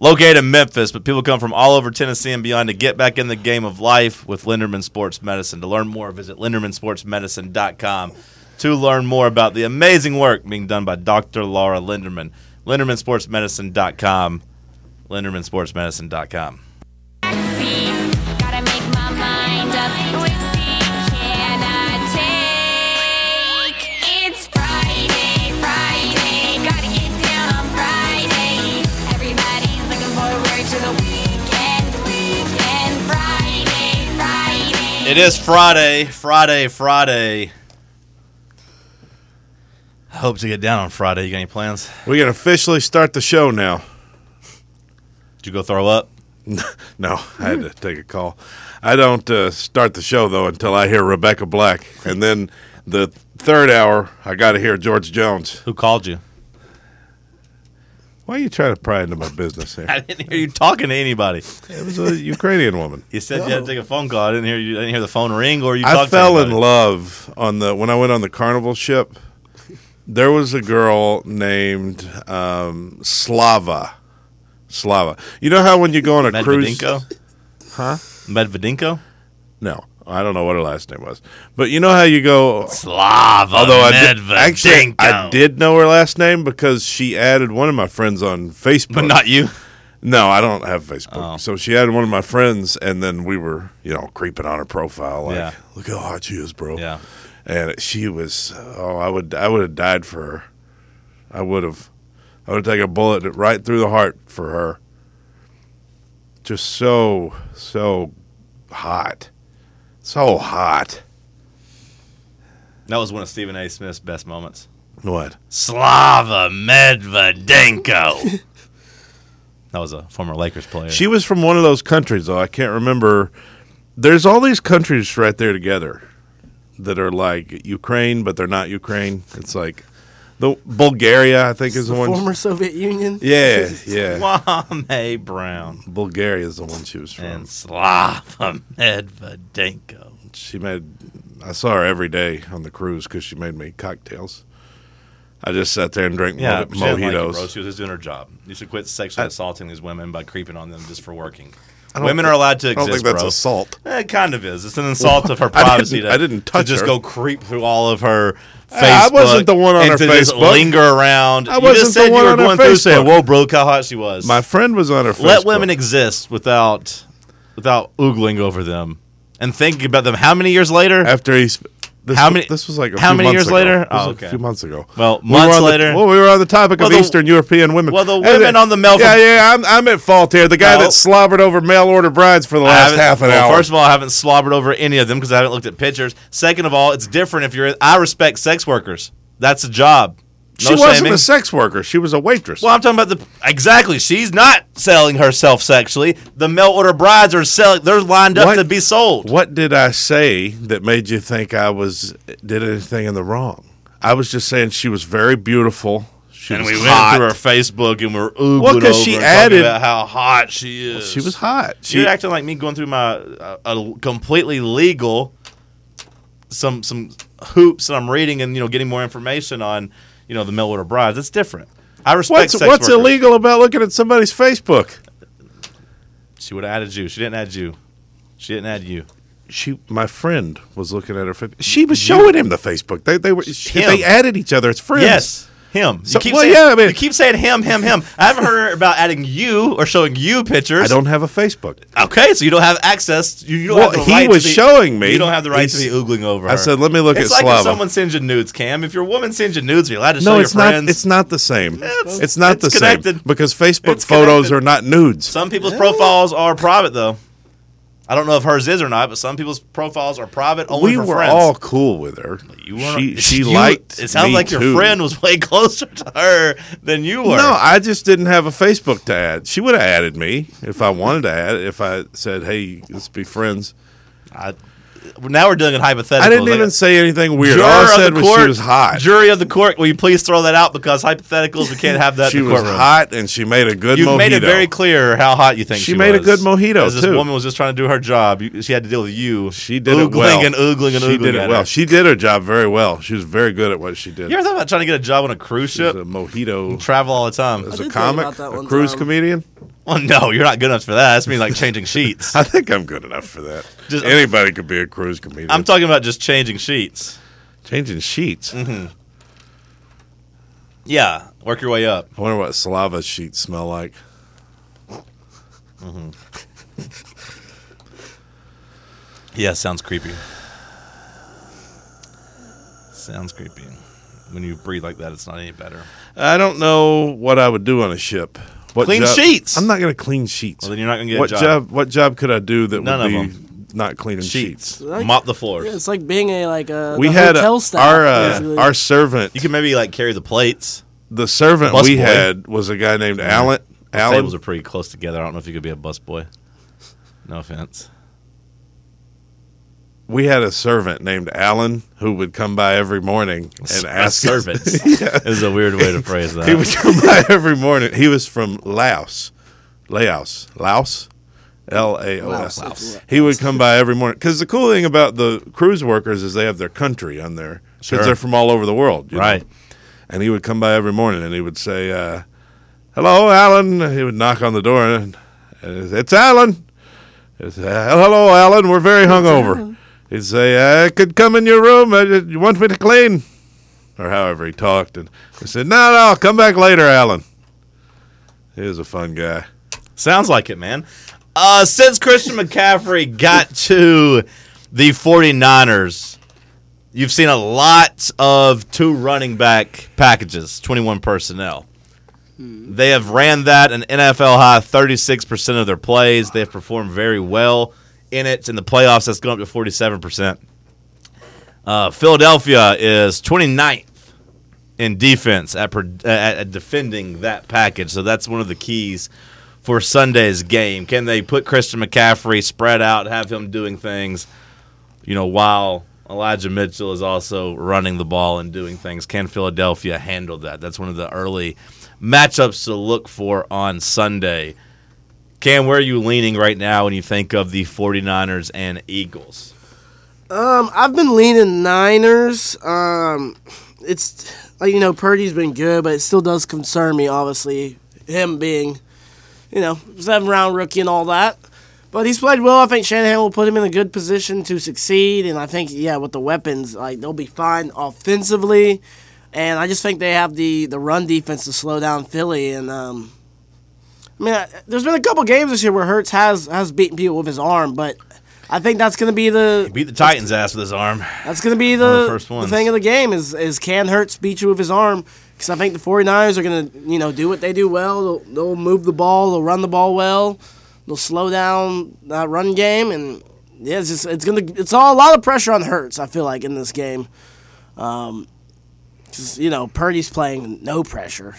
Located in Memphis, but people come from all over Tennessee and beyond to get back in the game of life with Linderman Sports Medicine. To learn more, visit lindermansportsmedicine.com to learn more about the amazing work being done by Dr. Laura Linderman. lindermansportsmedicine.com lindermansportsmedicine.com
Gotta make my mind up quickly. Can I take? It's Friday, Friday. Gotta get down on Friday. Everybody's looking forward to the weekend, weekend. Friday, Friday.
It is Friday, Friday, Friday. I hope to get down on Friday. You got any plans?
We can officially start the show now.
Did you go throw up?
No, I had to take a call. I don't uh, start the show, though, until I hear Rebecca Black. And then the third hour, I got to hear George Jones.
Who called you?
Why are you trying to pry into my business here?
I didn't hear you talking to anybody.
It was a Ukrainian woman.
You said you had to take a phone call. I didn't hear you. I didn't hear the phone ring or you.
I
talked
fell
to
in
anybody.
love on the when I went on the carnival ship. There was a girl named um, Slava. Slava. You know how when you go on a cruise?
Medvedinko, huh? Medvedinko,
No, I don't know what her last name was, but you know how you go.
Slava.
Although I did, actually I did know her last name because she added one of my friends on Facebook.
but not you.
No, I don't have Facebook.
Oh.
So she added one of my friends, and then we were, you know, creeping on her profile. Like,
Yeah.
look how hot she is, bro.
Yeah.
and she was oh i would i would have died for her i would have i would have taken a bullet right through the heart for her just so so hot so hot
That was one of Stephen A. Smith's best moments.
what
Slava Medvedenko. that was a former Lakers player.
she was from one of those countries though i can't remember there's all these countries right there together that are like ukraine but they're not ukraine it's like the bulgaria i think is the,
The
one
former Soviet Union.
yeah yeah
Kwame Brown
bulgaria is the one she was from
and Slava Medvedenko.
she made i saw her every day on the cruise because she made me cocktails i just sat there and drank mo-
Yeah, she didn't like you,
mojitos
bro. She was just doing her job. You should quit sexually assaulting these women by creeping on them just for working.
don't
Women
thi-
are allowed to
i don't think
exist,
that's
bro.
assault
Eh, It kind of is. It's an insult of her
I didn't-
privacy. to,
I didn't
to
touch
just
her.
go creep through all of her. Facebook
I wasn't the one on
and
her
to Just
Facebook.
linger around.
I
you
wasn't
just
the
said
one
you were
on her
going through saying,
Facebook.
"Whoa, bro, look how hot she was."
my friend was on her
Let
Facebook.
women exist without without oogling over them and thinking about them. How many years later?
after he sp- this,
How
wa-
many-
this was like a
how
few
many
months
years
ago.
later?
This was
Oh,
a
okay.
few months ago
Well,
were
months
on the-
later-
well we were on the topic
Well,
of
the-
eastern european women
well, the
And
women on the mail
yeah
from-
yeah I'm, I'm at fault here the guy
No.
that slobbered over mail order brides for the
I
last
haven't-
half an
well,
hour
First of all, I haven't slobbered over any of them because I haven't looked at pictures. Second of all, it's different if you're. I respect sex workers. That's a job. No
she wasn't
shaming.
a sex worker she was a waitress
well, I'm talking about the exactly. She's not selling herself sexually. The mail order brides are selling. They're lined up
What?
to be sold.
What did I say that made you think I was did anything in the wrong? I was just saying she was very beautiful. She
and
was
we
hot.
went through her Facebook and we're oogled
Well, 'cause
over
she
and talking
added-
about how hot she is.
She was hot. She
You're acting like me going through my uh, a completely legal some some hoops that I'm reading and you know getting more information on you know the mail order brides. It's different. I respect
what's
sex
what's
workers.
illegal about looking at somebody's Facebook?
She would have added you. She didn't add you. She didn't add you.
She, my friend, was looking at her. fa- She was showing him the Facebook. They they were
Him.
they added each other as friends.
Yes. Him. You,
So-
keep
well,
saying,
yeah, I mean-
you keep saying him, him, him. I haven't heard about adding you or showing you pictures.
I don't have a Facebook.
Okay, so you don't have access. You, you don't
Well,
have the
he
right
was
to be,
showing me.
You don't have the right to
He's-
be oogling over.
I
her.
said, let me look
it's
at
like if
Slava.
someone sends you nudes, Cam. If your woman sends you nudes, are you allowed to show
No,
your
it's not.
friends?
It's not the same.
It's-
It's, not
it's
the same
connected.
because Facebook
It's
photos
connected.
are not nudes.
Some people's profiles are private, though. I don't know if hers is or not, but some people's profiles are private
we
only for
were
friends.
all cool with her.
You weren't-
she she
you-
liked.
It sounds
me
like your
too.
friend was way closer to her than you were.
No, I just didn't have a Facebook to add. She would have added me if I wanted to add. If I said, "Hey, let's be friends,"
I- now we're doing it hypothetical.
I didn't
Like,
even say anything weird.
juror
All I
of
said
the
was
court-
she was hot.
Jury of the court, will you please throw that out because hypotheticals we can't have that.
she
in the
was
courtroom.
hot, and she made a good
You've
mojito.
made it very clear how hot you think
She
she,
made a
was.
good mojito,
'Cause This
too.
woman was just trying to do her job. You, she had to deal with you.
she did
oogling
it well.
and oogling and
she
oogling.
did
at
it well.
her.
She did her job very well. She was very good at what she did.
You ever thought about trying to get a job on a cruise
She was
ship?
a mojito.
Travel all the time.
As
did
a
think
comic,
about that
a
one
cruise
time.
comedian,
Well, Oh, no, you're not good enough for that. That's me like changing sheets.
I think I'm good enough for that.
Just-
Anybody could be a cruise comedian.
I'm talking about just changing sheets.
changing sheets.
Mm-hmm. Yeah, work your way up.
I wonder what Slava sheets smell like.
Yeah, sounds creepy. Sounds creepy. When you breathe like that, it's not any better.
I don't know what I would do on a ship. What
Clean
job-
sheets.
I'm not going to clean sheets.
Well, then you're not gonna get a
what
job.
What job could I do that
None
would
of
be not cleaning sheets?
Sheets.
Like-
Mop the floors.
Yeah, it's like being a like a
We
the
had
hotel
a-
staff,
our uh,
basically.
our servant.
You can maybe like carry the plates.
the servant
Bus
we
boy. Mm-hmm.
had was a guy named Alan.
Tables are
Alan.
pretty close together. I don't know if you could be a busboy. No offense.
We had a servant named Alan who would come by every morning and ask us-
servants. Is a weird way to phrase that.
He would come by every morning. He was from Laos, Laos, Laos, L A O S.
Laos.
He would come by every morning because the cool thing about the cruise workers is they have their country on there because
Sure.
they're from all over the world, you know?
right.
And he would come by every morning and he would say, uh, "Hello, Alan." He would knock on the door and uh, it's Alan. It's, uh, Hello, Alan. We're very hungover. He'd say, "I could come in your room. Uh, you want me to clean?" Or however he talked, and I said, "No, no, come back later, Alan." He was a fun guy.
Sounds like it, man. Uh, since Christian McCaffrey got to the 49ers, you've seen a lot of two running back packages, 21 personnel. They have ran that an NFL high 36% of their plays. They have performed very well in it. In the playoffs, that's gone up to 47%. Uh, Philadelphia is 29th in defense at, per, uh, at at defending that package. So that's one of the keys for Sunday's game. Can they put Christian McCaffrey spread out, have him doing things, you know, while Elijah Mitchell is also running the ball and doing things? Can Philadelphia handle that? That's one of the early matchups to look for on Sunday. Cam, where are you leaning right now when you think of the 49ers and Eagles?
Um, I've been leaning Niners. Um, it's like you know Purdy's been good, but it still does concern me. Obviously, him being, you know, seven round rookie and all that. But he's played well. I think Shanahan will put him in a good position to succeed, and I think yeah, with the weapons, like they'll be fine offensively. And I just think they have the the run defense to slow down Philly. And um, I mean, I, there's been a couple games this year where Hertz has has beaten people with his arm, but I think that's going to be the
Beat the Titans' ass with his arm.
that's going to be
One of
the,
the first
the
ones.
thing of the game is is can Hurts beat you with his arm? Because I think the 49ers are going to you know do what they do well. They'll, they'll move the ball. They'll run the ball well. They'll slow down that run game and yeah, it's just, it's going to it's all a lot of pressure on Hurts. I feel like in this game, um, just you know Purdy's playing no pressure.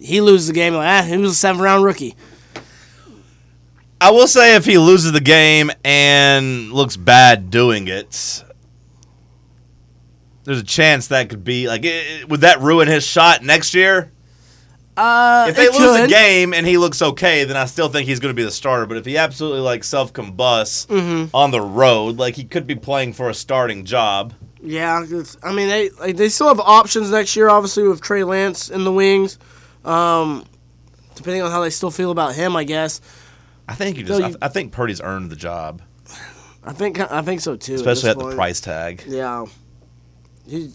He loses the game like ah, he was a seven round rookie.
I will say if he loses the game and looks bad doing it, there's a chance that could be like it, it- would that ruin his shot next year?
Uh,
If they
it
lose a
could.
game and he looks okay, then I still think he's going to be the starter. But if he absolutely like self combusts
Mm-hmm.
on the road, like he could be playing for a starting job.
Yeah, 'cause, I mean they like, they still have options next year, obviously with Trey Lance in the wings. Um, depending on how they still feel about him, I guess.
I think you just.
No,
I,
you-
I think Purdy's earned the job,
I think I think so too.
especially
this
at the
point.
price tag.
Yeah. He-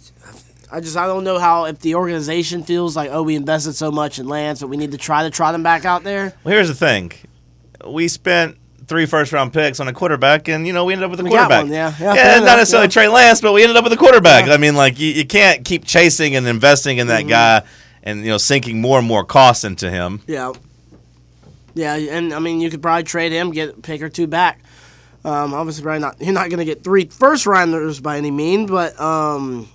I just I don't know how if the organization feels like oh we invested so much in Lance but we need to try to trot him back out there.
Well, here's the thing: we spent three first round picks on a quarterback, and you know we ended up with a
We got
quarterback.
one, yeah. Yeah, fair
not
enough,
necessarily
yeah.
Trey Lance, but we ended up with a quarterback. I mean, like you, you can't keep chasing and investing in that
Mm-hmm.
guy, and you know sinking more and more costs into him.
Yeah. Yeah, and I mean you could probably trade him, get a pick or two back. Um, obviously, probably not. You're not going to get three first rounders by any mean, but um,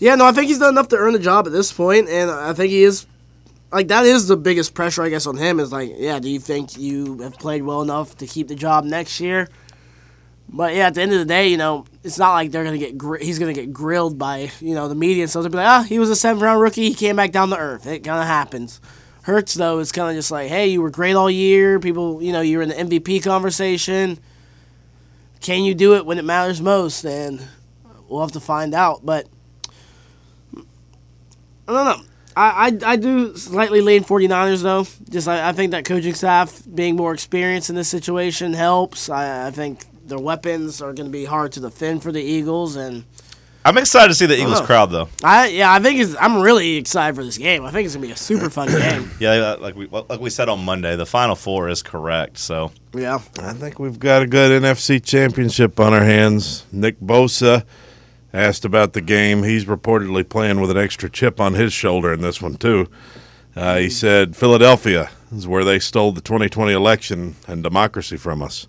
yeah, no, I think he's done enough to earn the job at this point, and I think he is. Like that is the biggest pressure, I guess, on him is like, yeah, do you think you have played well enough to keep the job next year? But yeah, at the end of the day, you know, it's not like they're gonna get gr- he's gonna get grilled by you know the media and stuff. They'll be like, ah, he was a seventh round rookie, he came back down to earth. It kind of happens. Hurts though, it's kind of just like, hey, you were great all year. People, you know, you were in the MVP conversation. Can you do it when it matters most? And we'll have to find out. But I don't know. I, I, I do slightly lean 49ers though. Just I, I think that coaching staff being more experienced in this situation helps. I, I think their weapons are going to be hard to defend for the Eagles, and
I'm excited to see the Eagles
know.
crowd though.
I yeah I think it's, I'm really excited for this game. I think it's going to be a super fun game.
Yeah, uh, like we like we said on Monday, the Final Four is correct. So
Yeah,
I think we've got a good NFC championship on our hands. Nick Bosa asked about the game. He's reportedly playing with an extra chip on his shoulder in this one, too. Uh, he said Philadelphia is where they stole the 2020 election and democracy from us.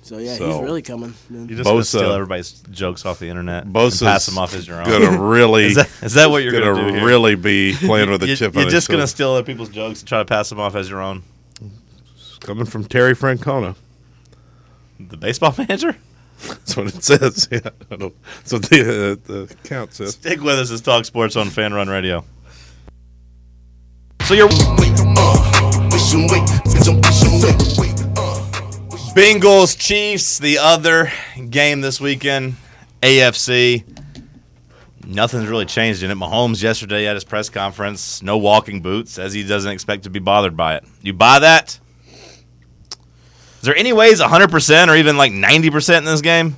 so yeah,
So-
he's really coming. man.
you just gonna
Bosa-
steal everybody's jokes off the internet, and
Bosa's
pass them off as your own.
Gonna really,
is, that, is that what you're
gonna,
gonna, do? here?
really be playing with a
You-
chip
you're
on
just
his
gonna
shoulder.
steal other people's jokes and try to pass them off as your own.
Coming from Terry Francona.
The baseball manager.
That's what it says. Yeah, I don't, that's what the, uh, the account says.
Stick with us as Talk Sports on Fan Run Radio. So your Bengals Chiefs, the other game this weekend, AFC. Nothing's really changed in it. Mahomes yesterday at his press conference, no walking boots, as he doesn't expect to be bothered by it. You buy that? Is there any ways 100% or even like 90% in this game?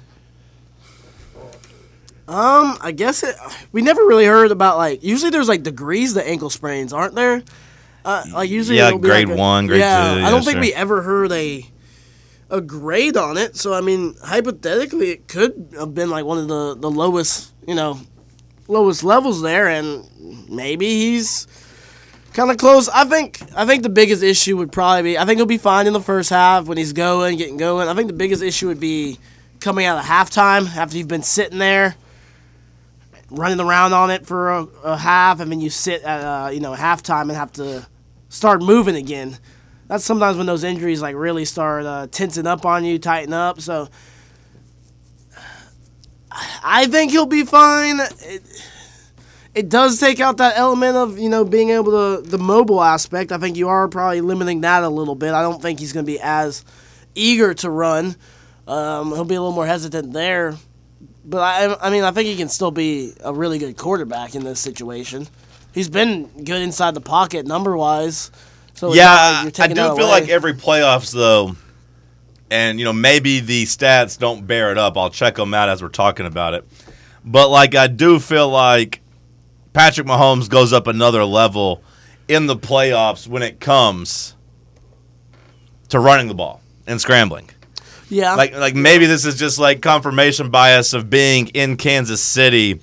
Um, I guess it. We never really heard about like usually there's like degrees to ankle sprains, aren't there? Uh, like usually
Yeah,
it'll be
grade
like a-
one, grade
yeah,
two,
I don't
yeah,
think
sure.
we ever heard a a grade on it. So I mean, hypothetically, it could have been like one of the the lowest you know lowest levels there, and maybe he's kind of close. I think I think the biggest issue would probably be I think he'll be fine in the first half when he's going, getting going. I think the biggest issue would be coming out of halftime after you've been sitting there running around on it for a, a half, and then you sit at uh, you know halftime and have to start moving again. That's sometimes when those injuries like really start uh, tensing up on you, tighten up. So I think he'll be fine. It, it does take out that element of you know being able to the mobile aspect. I think you are probably limiting that a little bit. I don't think he's going to be as eager to run. Um, he'll be a little more hesitant there. But I, I mean, I think he can still be a really good quarterback in this situation. He's been good inside the pocket number wise. So it's not like
Yeah,
you're
I
taking
do
that
feel
away.
like every playoffs though, and you know maybe the stats don't bear it up. I'll check them out as we're talking about it. But like I do feel like Patrick Mahomes goes up another level in the playoffs when it comes to running the ball and scrambling.
yeah,
Like like maybe this is just like confirmation bias of being in Kansas City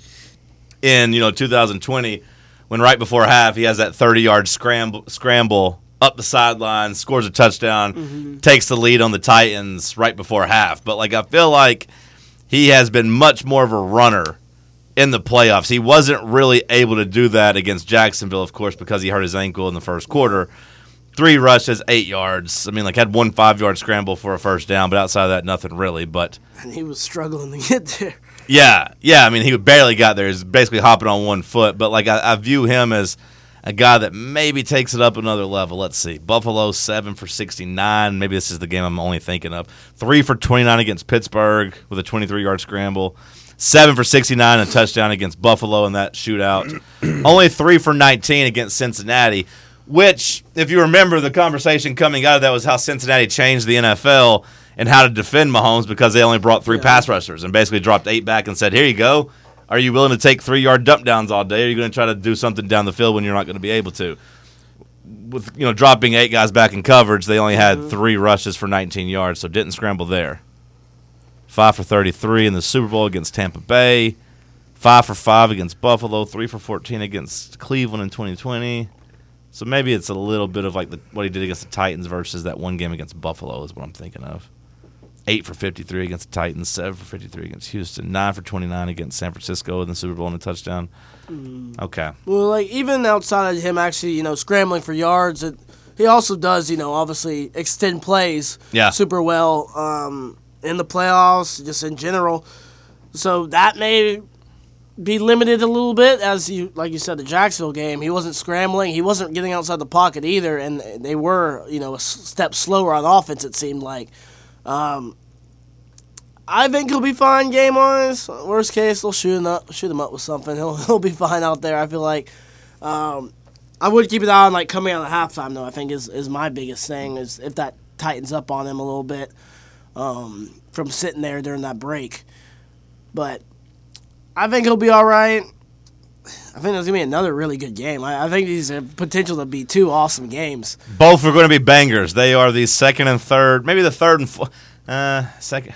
in you know 2020 when right before half he has that 30 yard scramble scramble up the sideline scores a touchdown takes the lead on the Titans right before half but like I feel like he has been much more of a runner in the playoffs he wasn't really able to do that against Jacksonville of course because he hurt his ankle in the first quarter three rushes eight yards I mean like had one five yard scramble for a first down but outside of that nothing really but
and he was struggling to get there.
yeah, yeah. I mean, he barely got there. He's basically hopping on one foot. But like, I, I view him as a guy that maybe takes it up another level. Let's see. Buffalo, seven for 69. Maybe this is the game I'm only thinking of. Three for 29 against Pittsburgh with a 23 yard scramble. Seven for 69, a touchdown against Buffalo in that shootout. only three for 19 against Cincinnati, which, if you remember, the conversation coming out of that was how Cincinnati changed the NFL and how to defend Mahomes because they only brought three pass rushers and basically dropped eight back and said, Here you go. Are you willing to take three yard dump downs all day? Or are you going to try to do something down the field when you're not going to be able to? With you know dropping eight guys back in coverage, they only had three rushes for 19 yards, so didn't scramble there. Five for 33 in the Super Bowl against Tampa Bay. Five for five against Buffalo. Three for 14 against Cleveland in 2020. So maybe it's a little bit of like the, what he did against the Titans versus that one game against Buffalo is what I'm thinking of eight for 53 against the Titans, seven for 53 against Houston, nine for 29 against San Francisco in the Super Bowl and a touchdown. Okay.
Well, like even outside of him actually, you know, scrambling for yards, it, he also does, you know, obviously extend plays
Yeah.
super well um, in the playoffs, just in general. So that may be limited a little bit, as you like you said, the Jacksonville game. He wasn't scrambling, he wasn't getting outside the pocket either, and they were, you know, a s- step slower on offense. It seemed like. Um, I think he'll be fine game wise. Worst case, they'll shoot him up, shoot him up with something. He'll he'll be fine out there. I feel like. Um, I would keep an eye on like coming out of halftime though. I think is is my biggest thing is if that tightens up on him a little bit um, from sitting there during that break. But I think he'll be all right. I think there's gonna be another really good game. I, I think these have potential to be two awesome games.
Both are going to be bangers. They are the second and third, maybe the third and fourth. Uh, second.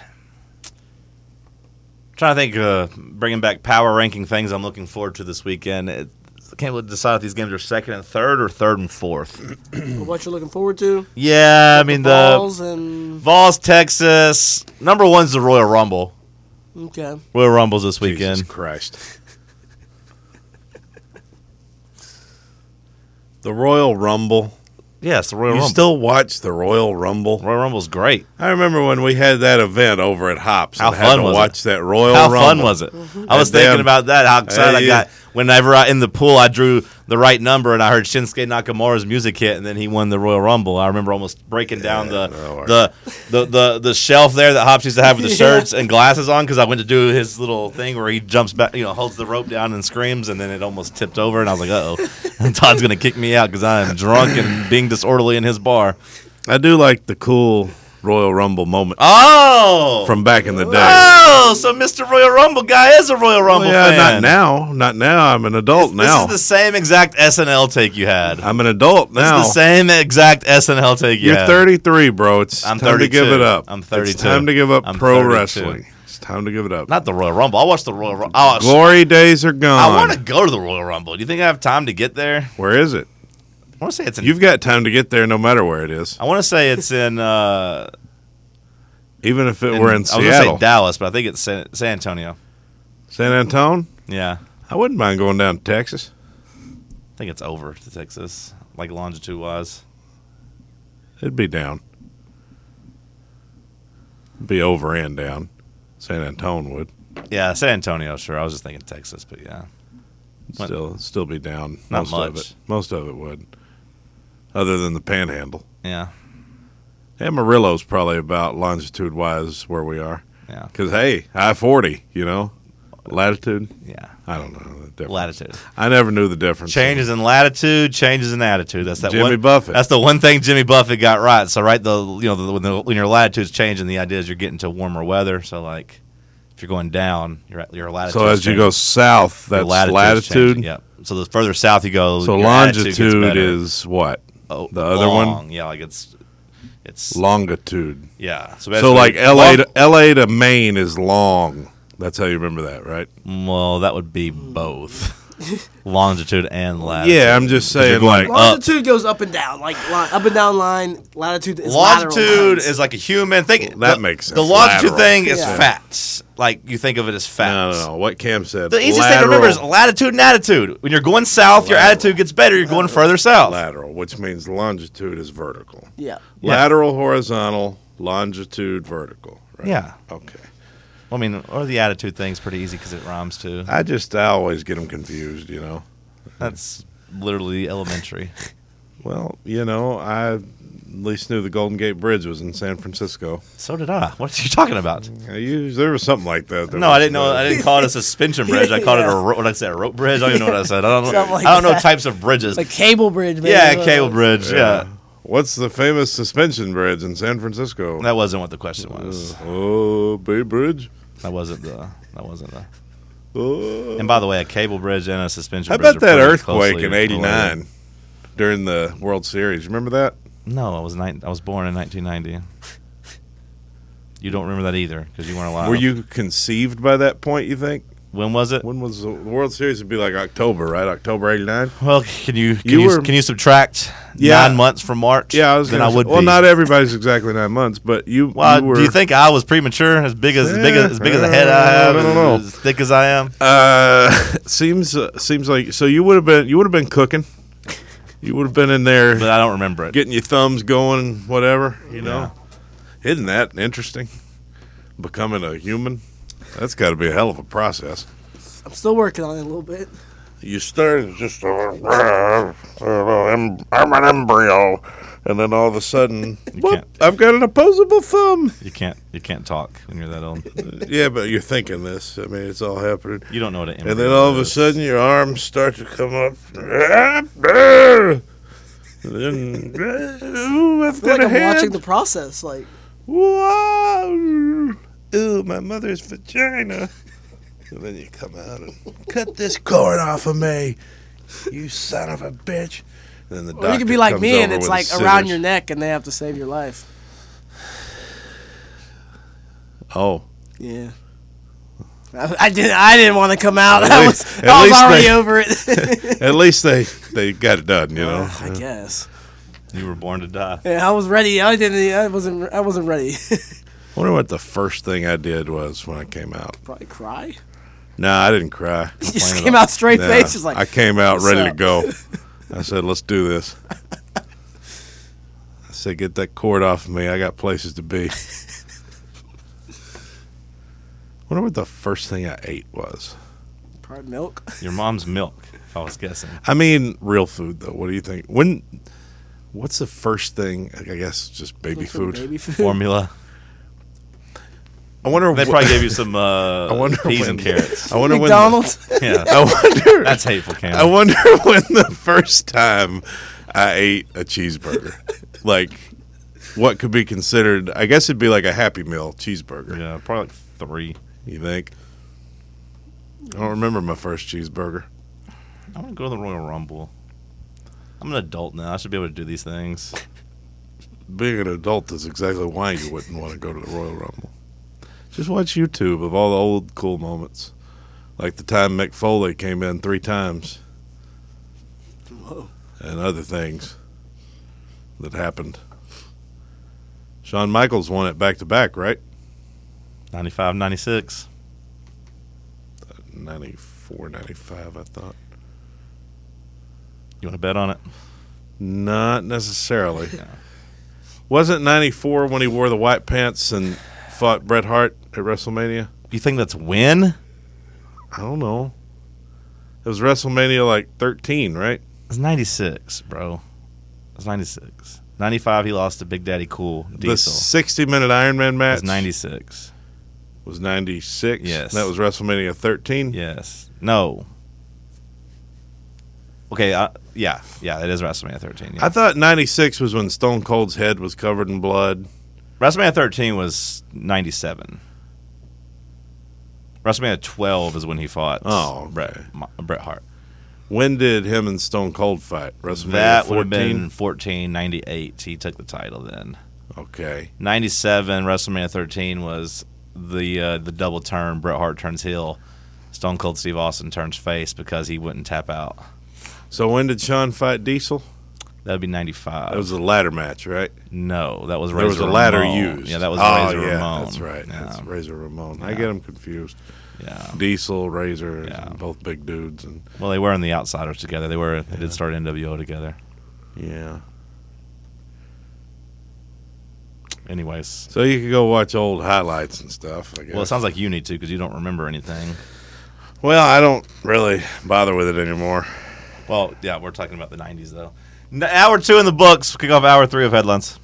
Trying to think, uh, bringing back power ranking things I'm looking forward to this weekend. It, I can't really decide if these games are second and third or third and fourth.
What you're looking forward to?
Yeah, I mean the
Balls and
Vols, Texas. Number one's the Royal Rumble.
okay.
Royal Rumble's this
Jesus
weekend.
Christ. the Royal Rumble.
Yes, the Royal
You
Rumble.
still watch the Royal Rumble?
Royal Rumble's great.
I remember when we had that event over at Hops.
How
and had
fun
to
was it?
watch that Royal
How
Rumble. Mm-hmm.
fun was it? I was
And then-
thinking about that. How excited
Hey,
I got whenever I in the pool. I drew the right number, and I heard Shinsuke Nakamura's music hit, and then he won the Royal Rumble. I remember almost breaking down the
Lord.
the, the the the shelf there that Hops used to have with the shirts and glasses on because I went to do his little thing where he jumps back, you know, holds the rope down and screams, and then it almost tipped over, and I was like, uh oh, Todd's gonna kick me out because I am drunk and being disorderly in his bar.
I do like the cool Royal Rumble moment
Oh,
from back in the day.
Oh, so Mr. Royal Rumble guy is a Royal Rumble
yeah, not
fan.
now. Not now. I'm an adult
This
now.
is the same exact SNL take you had.
I'm an adult
This
now.
is the same exact SNL take you
You're
had.
33, bro. It's
I'm
time to give
32.
it up.
I'm
It's
32.
time to give up
I'm
pro
32.
wrestling. It's time to give it up.
Not the Royal Rumble. I watched the Royal Rumble. I, watched-
Glory days are gone.
I want to go to the Royal Rumble. Do you think I have time to get there?
Where is it?
I want to say it's in.
You've got time to get there, no matter where it is.
I want to say it's in. Uh,
Even if it were in
I was gonna say
Seattle,
Dallas, but I think it's San, San Antonio.
San Antone.
Yeah,
I wouldn't mind going down to Texas.
I think it's over to Texas, like longitude wise.
It'd be down. Be over and down. San Antone would
Yeah, San Antonio. Sure, I was just thinking Texas, but yeah. What?
still still be down.
Not
most Of
much.
it. Most of it would. Other than the Panhandle,
Yeah.
Amarillo's probably about longitude wise where we are.
Yeah.
Because hey, I forty, you know, latitude.
Yeah.
I don't know the difference.
Latitude.
I never knew the difference.
Changes in latitude, changes in attitude. That's that
Jimmy
one,
Buffett.
That's the one thing Jimmy Buffett got right. So right, the you know the, when, the, when your latitude's changing, the idea is you're getting to warmer weather. So like, if you're going down, your your latitude.
So as you go south, that's latitude.
Yep. So the further south you go,
So
your attitude gets
longitude
better.
is what?
Oh,
the other one?
long. Yeah, like it's it's
Longitude.
yeah. So,
So
basically-
like LA to, LA to Maine is long. That's how you remember that, right?
Well, that would be both. Longitude and latitude.
Yeah, I'm just saying like uh,
up.
Longitude goes up and down, like li- up and down line. Latitude is lateral
longitude
lines.
is like a human thing.
Well, that
the,
makes
The
sense.
longitude
Lateral.
thing is
Yeah.
fat. Like you think of it as fat.
no, no, no, what Cam said.
The easiest thing to remember is latitude and attitude. When you're going south, your
Lateral.
attitude gets better. You're going further south.
lateral, which means longitude is vertical.
yeah.
Yeah.
Lateral horizontal, longitude vertical, right?
Yeah.
Okay.
I mean, or the attitude thing's pretty easy because it rhymes too.
I just I always get them confused, you know.
That's literally elementary.
Well, you know, I at least knew the Golden Gate Bridge was in San Francisco.
So did I. What are you talking about?
I used, there was something like that. There
No, I
was,
didn't know.
uh,
I didn't call it a suspension bridge. I called it a ro- what I said a rope bridge. I don't even know what I said. I don't. know
Something like
I don't know
that.
types of bridges.
Like cable bridge, Uh, maybe.
yeah, cable bridge. Yeah.
What's the famous suspension bridge in San Francisco? Uh,
that wasn't what the question was.
Oh, Bay Bridge.
That wasn't the. That wasn't the.
Oh.
And by the way, a cable bridge and a suspension.
How
bridge
about
are
that
pretty
earthquake
closely
in
related.
'89 during the World Series? Remember that?
No, I was nine, I was born in 1990. You don't remember that either because you weren't alive.
Were you conceived by that point? You think?
When was it?
When was the the World Series? Would be like October, right? October '89.
Well, can you can
You
you,
were-
can you subtract
Yeah.
nine months from March?
Yeah, I was.
then
gonna
I would.
say- Well,
be.
not everybody's exactly nine months, but you.
Well,
you were,
do you think I was premature? As big as, as big as, as big as a head I
Yeah,
have,
I don't know.
as thick as I am.
Uh, seems uh, seems like so you would have been you would have been cooking. You would have been in there
But I don't remember it.
getting your thumbs going, whatever. You know, isn't that interesting? Becoming a human. That's got to be a hell of a process.
I'm still working on it a little bit.
You start as just a, I'm, I'm an embryo, and then all of a sudden, whoop,
can't-
I've got an opposable thumb.
You can't you can't talk when you're that old.
yeah, but you're thinking this. I mean, it's all happening.
You don't know what an
And then all of a
is.
sudden, your arms start to come up. And then, ooh, I've
I feel
got a
like I'm watching
hand.
the process. Like,
Whoa! Ooh, my mother's vagina. And then you come out and cut this cord off of me, you son of a bitch. And then the
or you could be
doctor
like
comes
me, and
over
it's
with
like
scissors.
around your neck, and they have to save your life.
Oh,
Yeah. I, I didn't. I didn't want to come out.
At
I
least-
was.
at
I was
least
already
they-
over it.
at least they they got it done, you know.
I guess.
you were born to die.
Yeah, I was ready. I didn't. I wasn't. I wasn't ready.
I wonder what the first thing I did was when I came out.
Probably cry.
No, I didn't cry.
You just came out straight
Nah,
face. Just like
I came out
"What's
ready to
up?"
go. I said, "Let's do this." I said, "Get that cord off of me. I got places to be." Wonder what the first thing I ate was.
Probably milk.
Your mom's milk, if I was guessing.
I mean, real food though. What do you think? When? What's the first thing? I guess just baby food.
Baby food.
Formula.
I wonder.
They
wh-
probably gave you some uh,
I wonder
peas
when-
and carrots.
I wonder
McDonald's.
Yeah.
when. I wonder.
That's hateful,
I
Cam.
wonder when the first time I ate a cheeseburger, like what could be considered. I guess it'd be like a Happy Meal cheeseburger.
yeah, probably like three.
You think? I don't remember my first cheeseburger.
I want to go to the Royal Rumble. I'm an adult now. I should be able to do these things.
Being an adult is exactly why you wouldn't want to go to the Royal Rumble. Just watch YouTube of all the old cool moments, like the time Mick Foley came in three times, and other things that happened. Shawn Michaels won it back to back, right?
95, 96.
94, 95, I thought.
You want to bet on it?
Not necessarily. Wasn't 94 when he wore the white pants and fought Bret Hart at WrestleMania?
You think that's win?
I don't know. It was WrestleMania like 13, right?
It's 96, bro. It's 96. 95, he lost to Big Daddy Cool
The
Diesel.
60 minute Iron Man match
It's 96.
was 96.
Yes.
That was WrestleMania 13.
Yes. No. Okay, I, yeah. Yeah, it is WrestleMania 13. yeah.
I thought 96 was when Stone Cold's head was covered in blood.
WrestleMania 13 was 97. WrestleMania 12 is when he fought
Oh,
Bret,
okay.
Ma- Bret Hart.
When did him and Stone Cold fight? WrestleMania
That would have
14.
been 14, 98. He took the title then.
Okay.
97 WrestleMania 13 was the uh, the double turn. Bret Hart turns heel. Stone Cold Steve Austin turns face because he wouldn't tap out.
So when did Sean fight Diesel?
That would be 95.
That was the ladder match, right?
no, that was Razor
There was a ladder
Ramon.
used.
Yeah, that was
oh,
Razor
yeah,
Ramon.
That's right.
Yeah,
That's Razor Ramon. I get them confused.
yeah.
Diesel, Razor,
Yeah.
and both big dudes, and
Well, they were in the Outsiders together. They were. They did start NWO together.
yeah.
Anyways,
So you could go watch old highlights and stuff. I guess.
well, it sounds like you need to because you don't remember anything.
Well, I don't really bother with it anymore.
Well, yeah, we're talking about the '90s though. N- hour two in the books. Kick off hour three of headlines.